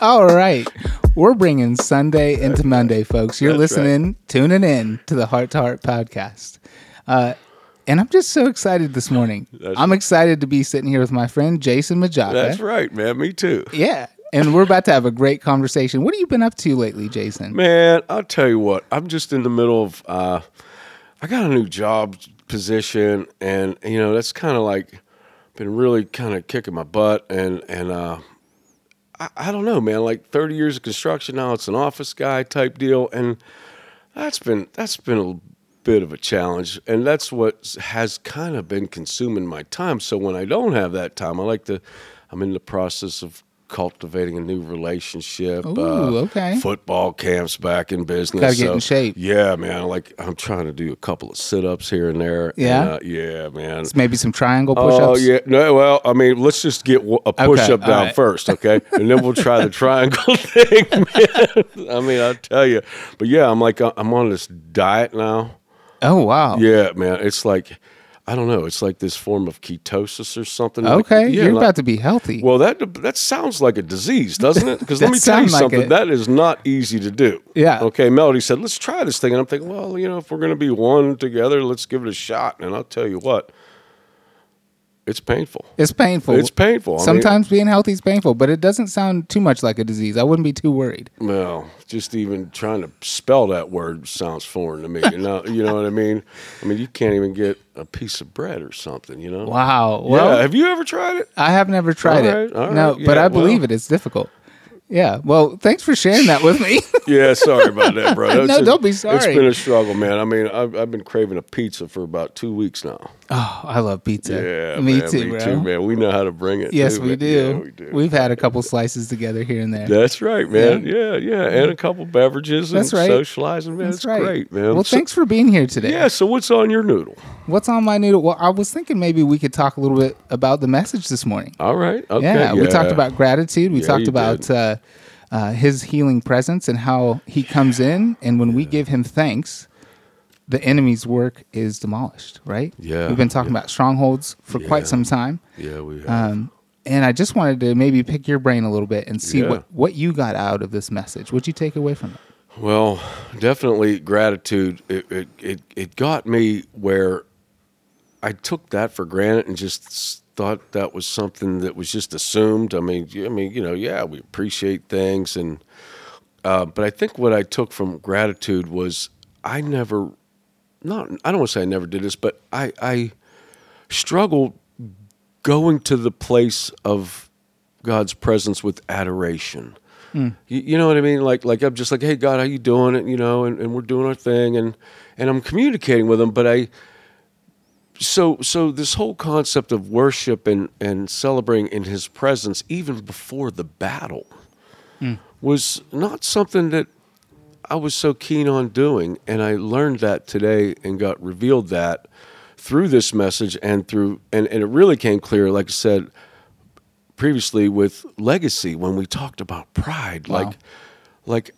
All right. We're bringing Sunday into Monday, folks. You're That's right. listening, tuning in to the Heart to Heart podcast. Uh, and I'm just so excited this morning. That's I'm excited to be sitting here with my friend Jason Majaka. That's right, man. Me too. Yeah. And we're about to have a great conversation. What have you been up to lately, Jason? Man, I'll tell you what. I'm just in the middle of. Uh, I got a new job position, and you know that's kind of like been really kind of kicking my butt, and and uh, I, I don't know, man. Like 30 years of construction now, it's an office guy type deal, and that's been that's been a bit of a challenge, and that's what has kind of been consuming my time. So when I don't have that time, I like to. I'm in the process of cultivating a new relationship. uh, Ooh, okay. Football camps back in business. Gotta get in shape. Yeah, man. Like I'm trying to do a couple of sit-ups here and there. Yeah? and, uh, yeah, man. Maybe some triangle push ups? Oh yeah, no. Well, I mean, let's just get w- a push up all down right. first, okay, and then we'll try the triangle thing. Man. I mean, I tell you, but yeah, I'm like uh, I'm on this diet now. Oh, wow. Yeah, man, it's like I don't know, it's like this form of ketosis or something. Like- Okay. yeah, You're like- about to be healthy. Well, that that sounds like a disease, doesn't it? Because That let me tell you sound like something. it. That is not easy to do. Yeah. Okay. Melody said, "Let's try this thing," and I'm thinking, well, you know, if we're going to be one together, let's give it a shot. And I'll tell you what, it's painful. it's painful. It's painful. I mean- Sometimes being healthy is painful, but it doesn't sound too much like a disease. I wouldn't be too worried. Well, just even trying to spell that word sounds foreign to me. You know, you know what I mean? I mean, you can't even get a piece of bread or something. You know? Wow. Yeah. Well, Have you ever tried it? I have never tried All it. right, all no, right, but yeah, I believe well. it. It's difficult. Yeah. Well, thanks for sharing that with me. Yeah. Sorry about that, bro. That's No, don't be It's sorry. been a struggle, man. I mean, I've, I've been craving a pizza for about two weeks now. oh, I love pizza. Yeah. me man, too, me bro. too, man. We know how to bring it. Yes, too, we man. do. Yeah, we do. We've had a couple slices together here and there. That's right, man. Yeah. yeah, and a couple beverages That's and right. socializing, man. That's great, man. Well, So- thanks for being here today. Yeah. So, what's on your noodle? What's on my noodle? Well, I was thinking maybe we could talk a little bit about the message this morning. All right. Okay. yeah, we talked yeah. about gratitude. We Yeah, talked you about did. uh, uh, his healing presence and how he comes in, and when we give him thanks, the enemy's work is demolished. Right? Yeah, We've been talking about strongholds for Yeah. quite some time, Yeah, we. Have. um, and I just wanted to maybe pick your brain a little bit and see Yeah. what what you got out of this message. What'd you take away from it? Well, definitely gratitude. It, it it it got me where I took that for granted and just s- thought that was something that was just assumed. I mean, y- I mean, you know, yeah, we appreciate things, and uh, but I think what I took from gratitude was I never, not I don't want to say I never did this, but I I struggled going to the place of God's presence with adoration. You, you know what I mean? Like, like I'm just like, hey, God, how you doing? And you know, and, and we're doing our thing, and and I'm communicating with Him. But I, so so this whole concept of worship and and celebrating in His presence, even before the battle, was not something that I was so keen on doing. And I learned that today and got revealed that through this message and through, and, and it really came clear, like I said previously with legacy when we talked about pride. Like, like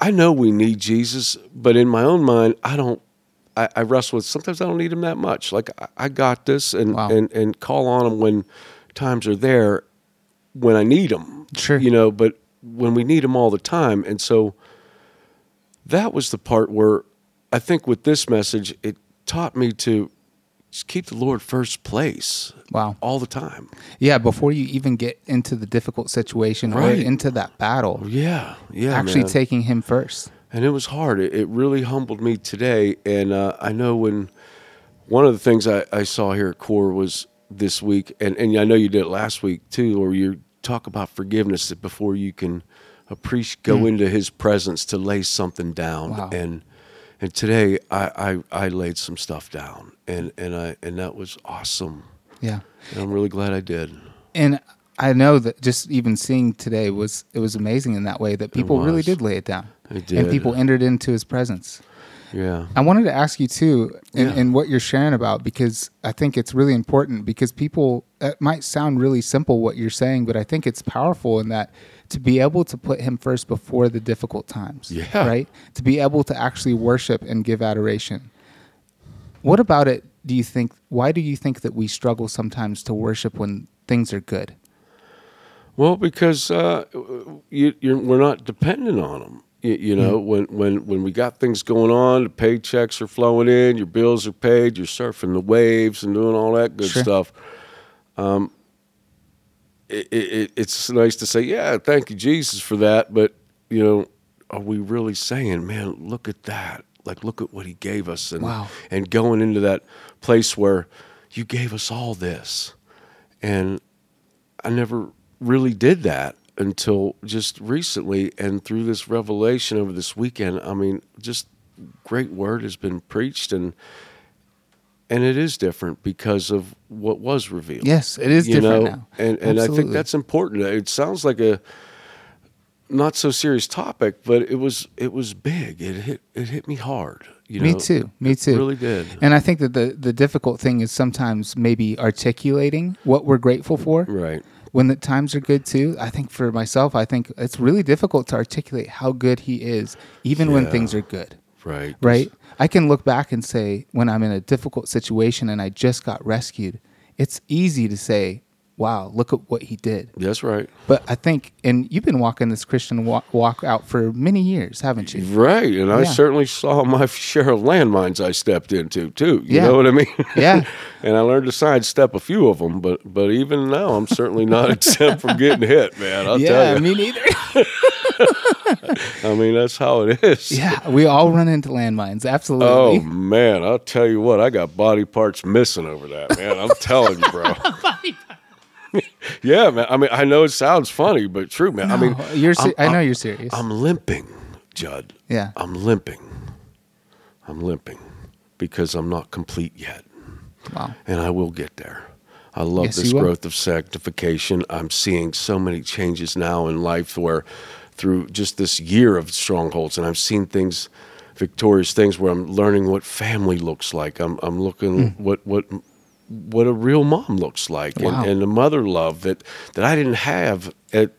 I know we need Jesus, but in my own mind, I don't. I, I wrestle with sometimes I don't need him that much. Like I, I got this, and, Wow. and and call on him when times are there, when I need him. Sure. you know, but when we need him all the time, and so that was the part where I think with this message, it taught me to just keep the Lord first place Wow. all the time. Yeah, before you even get into the difficult situation Right. or into that battle, Yeah, yeah. actually man. taking him first. and it was hard. It, it really humbled me today. And uh, I know when one of the things I, I saw here at Core was this week, and, and I know you did it last week too, where you talk about forgiveness that before you can appreciate, go into His presence to lay something down. Wow. And and today I, I I laid some stuff down, and and I and that was awesome. Yeah. And I'm really glad I did. And I know that just even seeing today was it was amazing in that way that people really was. did lay it down. It And did. people entered into his presence. Yeah. I wanted to ask you too, in, Yeah. in what you're sharing about, because I think it's really important. Because people, it might sound really simple what you're saying, but I think it's powerful in that to be able to put Him first before the difficult times. Yeah. Right? To be able to actually worship and give adoration. What about it do you think? Why do you think that we struggle sometimes to worship when things are good? Well, because uh, you, you're, we're not dependent on them. You, you Mm-hmm. know, when, when, when we got things going on, the paychecks are flowing in, your bills are paid, you're surfing the waves and doing all that good Sure. stuff. Um, it, it, it's nice to say, yeah, thank you, Jesus, for that. But, you know, are we really saying, man, look at that? Like, look at what he gave us. And, Wow. and going into that place where you gave us all this. And I never really did that until just recently. And through this revelation over this weekend, I mean, just great word has been preached and and it is different because of what was revealed. Yes, it is You different know, now. And and I think Absolutely. that's important. It sounds like a not so serious topic, but it was it was big. It hit it hit me hard. You me know? too. Me too. really did. And I think that the the difficult thing is sometimes maybe articulating what we're grateful for. Right. When the times are good too, I think for myself, I think it's really difficult to articulate how good he is, even when Yeah. things are good. Right. Right? I can look back and say, when I'm in a difficult situation and I just got rescued, it's easy to say, wow, look at what he did. That's right. But I think, and you've been walking this Christian walk, walk out for many years, haven't you? Right, and I Yeah. certainly saw my share of landmines I stepped into too. You Yeah. know what I mean? Yeah. and I learned to sidestep a few of them, but but even now I'm certainly not exempt from getting hit, man. I'll tell yeah, you. me neither. I mean, that's how it is. yeah, we all run into landmines. Oh Absolutely. man, I'll tell you what, I got body parts missing over that, man. I'm telling you, bro. yeah, man. I mean, I know it sounds funny, but true, man. I mean, you're. Se- I I'm- know I'm- you're serious. I'm limping, Judd. Yeah. I'm limping. I'm limping because I'm not complete yet. wow. and I will get there. I love Yes, this you will. growth of sanctification. I'm seeing so many changes now in life where through just this year of strongholds and I've seen things victorious things where I'm learning what family looks like. I'm I'm looking Hmm. what what what a real mom looks like Wow. and, and the mother love that that I didn't have at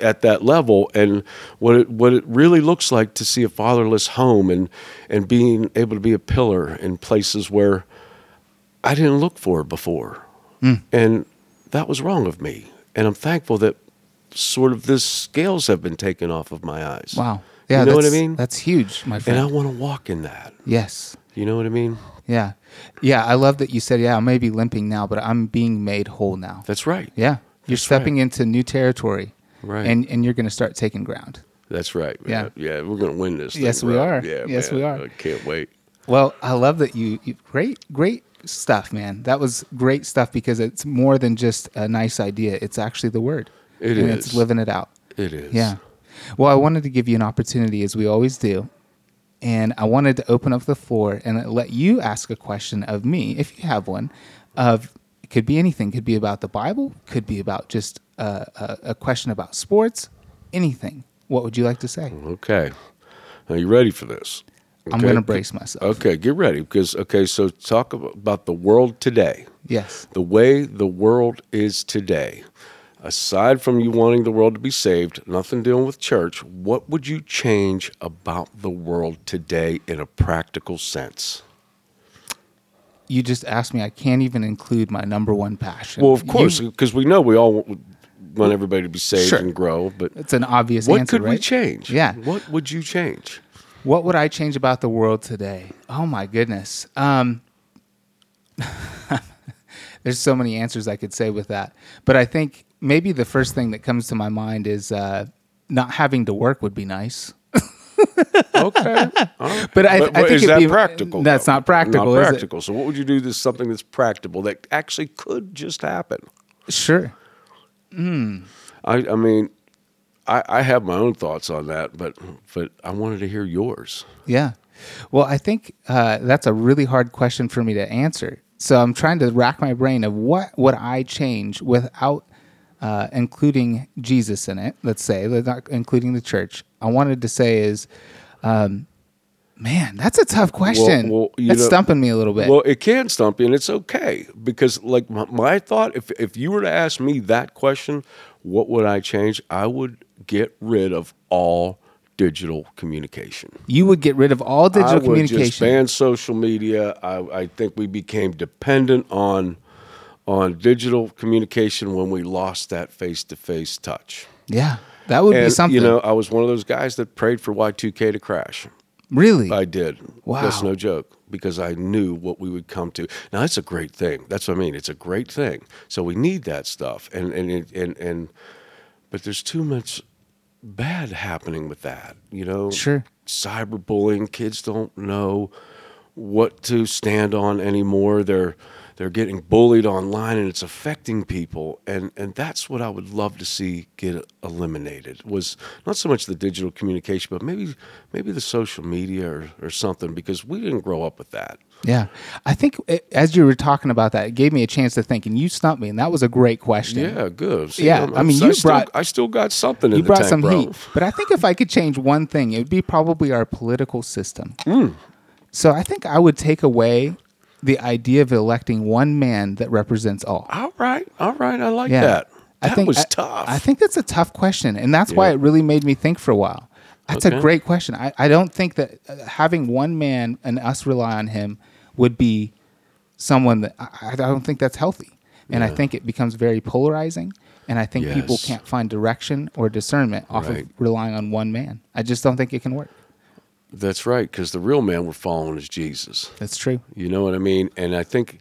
at that level and what it, what it really looks like to see a fatherless home and and being able to be a pillar in places where I didn't look for it before. Hmm. And that was wrong of me. And I'm thankful that sort of this scales have been taken off of my eyes. Wow. Yeah. you know what I that's- mean? That's huge, my And friend. I want to walk in that. yes. You know what I mean? Yeah. Yeah. I love that you said, yeah, I may be limping now, but I'm being made whole now. That's right. yeah. You're right. stepping into new territory. Right. And and you're going to start taking ground. That's right. Yeah. man. Yeah. We're going to win this. thing, Yes, we bro. are. Yeah. Yes, man. we are. I can't wait. Well, I love that you, you great great stuff, man. That was great stuff because it's more than just a nice idea. It's actually the word. It and it's is. living it out. It is. Yeah. Well, I wanted to give you an opportunity, as we always do. And I wanted to open up the floor and let you ask a question of me, if you have one, of it could be anything, could be about the Bible, could be about just uh, a, a question about sports, anything. What would you like to say? Okay. Are you ready for this? I'm Okay. Oh. going to brace myself. Okay. Get ready because, okay. So talk ab- about the world today. Yes. the way the world is today, aside from you wanting the world to be saved, nothing dealing with church, what would you change about the world today in a practical sense? You just asked me. I can't even include my number one passion. Well, of You- course, because we know we all want- want everybody to be saved Sure. and grow, but it's an obvious what answer, could we right? change? Yeah. What would you change? What would I change about the world today? Oh my goodness. Um, there's so many answers I could say with that, but I think maybe the first thing that comes to my mind is uh, not having to work would be nice. Okay. All right. But I, I what- think is it'd that be- practical? That's though? not practical. Not is it? practical. So, what would you do? This something that's practical that actually could just happen. Sure. I, I mean, I, I have my own thoughts on that, but but I wanted to hear yours. Yeah. Well, I think uh, that's a really hard question for me to answer. So I'm trying to rack my brain of what would I change without uh, including Jesus in it. Let's say, like, not including the church. I wanted to say is, um, man, that's a tough question. well, you it's know- stumping me a little bit. Well, it can stump you, and it's okay because, like my, my thought, if if you were to ask me that question, what would I change? I would get rid of all digital communication. you would get rid of all digital I would just communication. ban social media. I, I think we became dependent on on digital communication when we lost that face to face touch. Yeah. That would be And, something. You know, I was one of those guys that prayed for Y2K to crash. really? I did. Wow. That's no joke because I knew what we would come to. Now that's a great thing. That's what I mean. It's a great thing. So we need that stuff. And and and and, and but there's too much bad happening with that. You know. Sure. Cyberbullying. Kids don't know what to stand on anymore. They're they're getting bullied online and it's affecting people and and that's what I would love to see get eliminated was not so much the digital communication but maybe maybe the social media or, or something because we didn't grow up with that. Yeah. I think uh, as you were talking about that, it gave me a chance to think, and you stumped me, and that was a great question. Yeah, good. Yeah, I mean, you still- brought- I still got something in You the brought tank, some bro. heat. But I think if I could change one thing, it would be probably our political system. Mm. So I think I would take away the idea of electing one man that represents all. All right, all right, I like that. I That think was I- tough. I think that's a tough question, and that's why Yeah. it really made me think for a while. That's a Okay. great question. I, I don't think that uh, having one man and us rely on him would be someone that I, I don't think that's healthy, and I think it becomes very polarizing. And I think people Yes. can't find direction or discernment off Right. of relying on one man. I just don't think it can work. That's right, because the real man we're following is Jesus. That's true. You know what I mean? And I think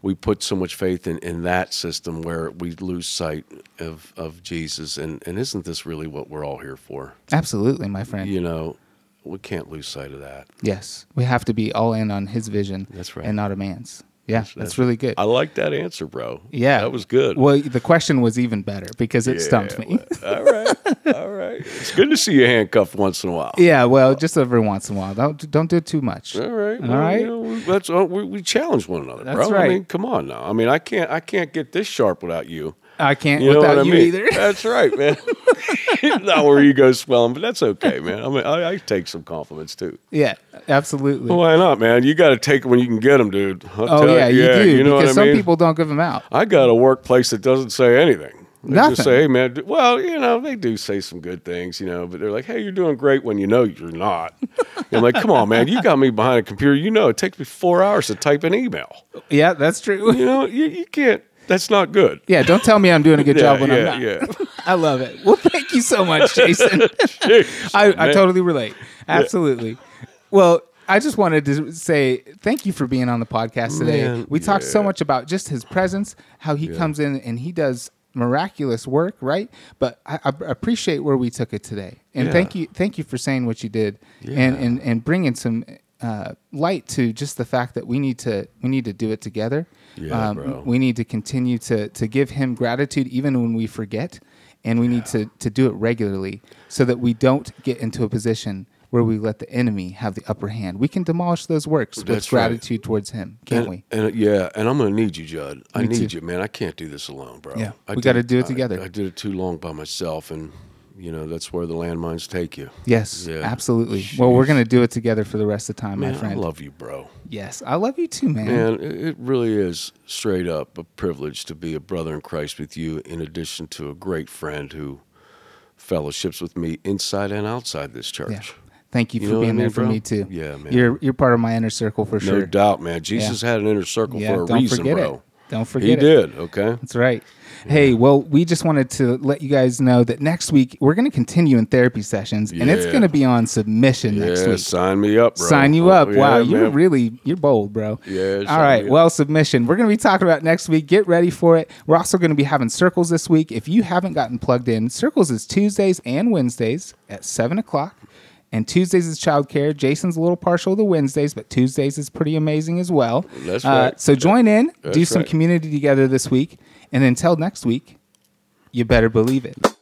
we put so much faith in, in that system where we lose sight of, of Jesus. And, and isn't this really what we're all here for? Absolutely, my friend. You know, we can't lose sight of that. Yes, we have to be all in on his vision. That's right. and not a man's. Yeah, that's, that's- really good. I like that answer, bro. Yeah, That was good. Well, the question was even better because it stumped me. all right. All right. It's good to see you handcuffed once in a while. yeah, well, just every once in a while. Don't don't do too much. All right. All well, right. you know, we- that's uh, we, we challenge one another, That's bro. I right. mean, come on now. I mean, I can't I can't get this sharp without you. I can't You know without what I you mean? either. That's right, man. Not where you go swelling, but that's okay, man. I mean, I, I take some compliments too. yeah, absolutely. Why not, man? You got to take 'em when you can get them, dude. I'll oh tell yeah, you, do You know because what I some mean? people don't give them out. I got a workplace that doesn't say anything. They Nothing. just say, hey, man, d- well, you know, they do say some good things, you know, but they're like, hey, you're doing great when you know you're not. And I'm like, come on, man, you got me behind a computer. You know, it takes me four hours to type an email. Yeah, that's true. You know, you, you can't, that's not good. yeah, don't tell me I'm doing a good job when I'm yeah, not. yeah. I love it. Well, thank you so much, Jason. Jeez, I, I man. totally relate. Absolutely. Well, I just wanted to say thank you for being on the podcast today. Man, we talked so yeah. much about just his presence, how he comes in and he does miraculous work, right? But I, I appreciate where we took it today, and Yeah. thank you, thank you for saying what you did, and, Yeah. and and bringing some. Uh, light to just the fact that we need to we need to do it together. Um, Yeah, bro. We need to continue to to give him gratitude even when we forget, and we need to to do it regularly so that we don't get into a position where we let the enemy have the upper hand. We can demolish those works with That's right. gratitude towards him, can't and, we? and, uh, yeah, and I'm going to need you, Judd. I Me need too. you, man. I can't do this alone, bro. Yeah, I we gotta did- do it I- together. I did it too long by myself, and you know that's where the landmines take you. Yes, Yeah. absolutely. Well, we're going to do it together for the rest of time, Man, my I friend. love you, bro. yes, I love you too, man. Man, it, it really is straight up a privilege to be a brother in Christ with you. In addition to a great friend who fellowships with me inside and outside this Yeah. church. Thank you, You for know what being I there mean, for bro? me too. Yeah, man. You're you're part of my inner circle for No sure. doubt, man. Jesus had an inner circle yeah, for a don't reason, forget bro. it. Don't forget He it. did. Okay. That's right. Hey, well, we just wanted to let you guys know that next week we're going to continue in therapy sessions, and it's Yeah. going to be on submission next yeah, week. sign me up, bro. Sign you Oh, up. yeah, wow, you're man. really you're bold, bro. Yeah, All sign right. me up. Well, submission. We're going to be talking about next week. Get ready for it. We're also going to be having circles this week. If you haven't gotten plugged in, circles is Tuesdays and Wednesdays at seven o'clock. And Tuesdays is childcare. Jason's a little partial to Wednesdays, but Tuesdays is pretty amazing as well. That's Uh, right. so join in, do That's some right. community together this week. And until next week, you better believe it.